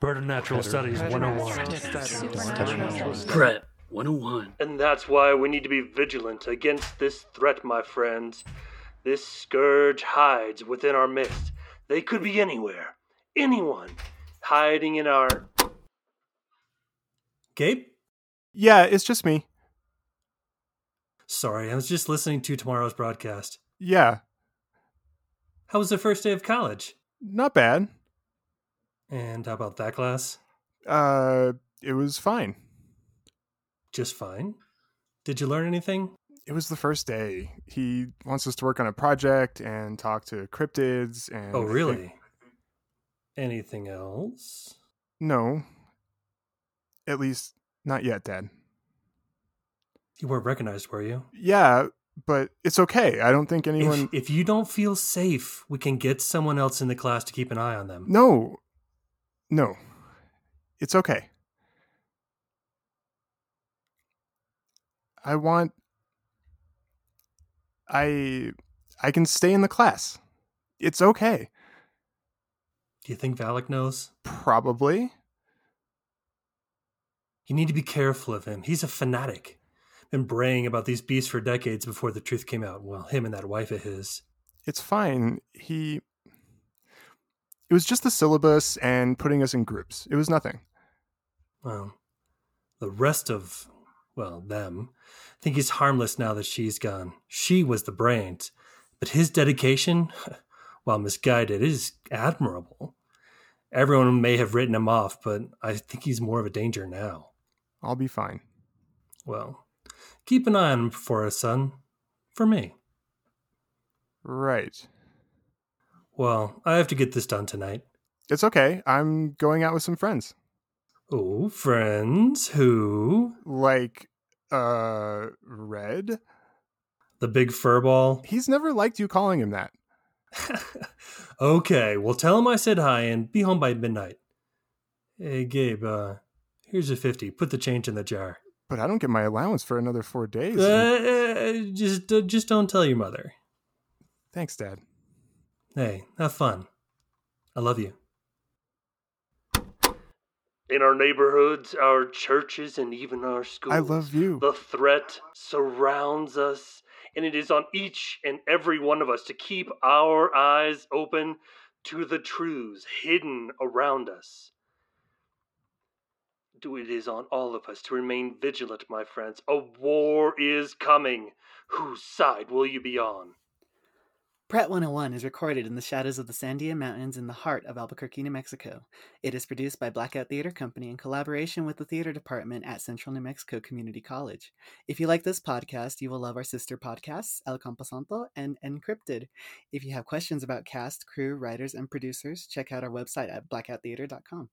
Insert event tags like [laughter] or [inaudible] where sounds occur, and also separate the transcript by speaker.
Speaker 1: Bird and Natural Studies 101.
Speaker 2: Prep 101.
Speaker 3: And that's why we need to be vigilant against this threat, my friends. This scourge hides within our midst. They could be anywhere, anyone, hiding in our.
Speaker 1: Gabe?
Speaker 4: Yeah, it's just me.
Speaker 1: Sorry, I was just listening to tomorrow's broadcast.
Speaker 4: Yeah,
Speaker 1: How was the first day of college?
Speaker 4: not bad.
Speaker 1: And how about that class?
Speaker 4: Uh, it was fine.
Speaker 1: Just fine. Did you learn anything?
Speaker 4: It was the first day. He wants us to work on a project and talk to cryptids and.
Speaker 1: Oh,
Speaker 4: I think-
Speaker 1: really? Anything else?
Speaker 4: No. At least not yet, Dad.
Speaker 1: You weren't recognized, were you?
Speaker 4: Yeah, but it's okay. I don't think anyone.
Speaker 1: If, if you don't feel safe, we can get someone else in the class to keep an eye on them.
Speaker 4: No. No. It's okay. I want I I can stay in the class. It's okay.
Speaker 1: Do you think Valak knows?
Speaker 4: Probably.
Speaker 1: You need to be careful of him. He's a fanatic. Been braying about these beasts for decades before the truth came out. Well, him and that wife of his.
Speaker 4: It's fine. He It was just the syllabus and putting us in groups. It was nothing.
Speaker 1: Well, the rest of, well, them. I think he's harmless now that she's gone. She was the brains. But his dedication, [laughs] while misguided, is admirable. Everyone may have written him off, but I think he's more of a danger now.
Speaker 4: I'll be fine.
Speaker 1: Well, keep an eye on him for us, son. For me.
Speaker 4: Right.
Speaker 1: Well, I have to get this done tonight.
Speaker 4: It's okay. I'm going out with some friends.
Speaker 1: Oh, friends, who?
Speaker 4: Like uh red?
Speaker 1: The big furball? [laughs]
Speaker 4: He's never liked you calling him that.
Speaker 1: okay, well, tell him I said hi and be home by midnight. Hey, Gabe, uh, here's a 50. Put the change in the jar.
Speaker 4: But I don't get my allowance for another four days.
Speaker 1: Uh, uh, just, uh, just don't tell your mother.
Speaker 4: Thanks, Dad.
Speaker 1: Hey, have fun. I love you.
Speaker 3: In our neighborhoods, our churches, and even our schools.
Speaker 4: I love you.
Speaker 3: The threat surrounds us, and it is on each and every one of us to keep our eyes open to the truths hidden around us. Do It is on all of us to remain vigilant, my friends. A war is coming. Whose side will you be on?
Speaker 5: Pret 101 is recorded in the shadows of the Sandia Mountains in the heart of Albuquerque, New Mexico. It is produced by Blackout Theater Company in collaboration with the theater department at Central New Mexico Community College. If you like this podcast, you will love our sister podcasts, El Camposanto and Encrypted. If you have questions about cast, crew, writers, and producers, check out our website at blackouttheater.com.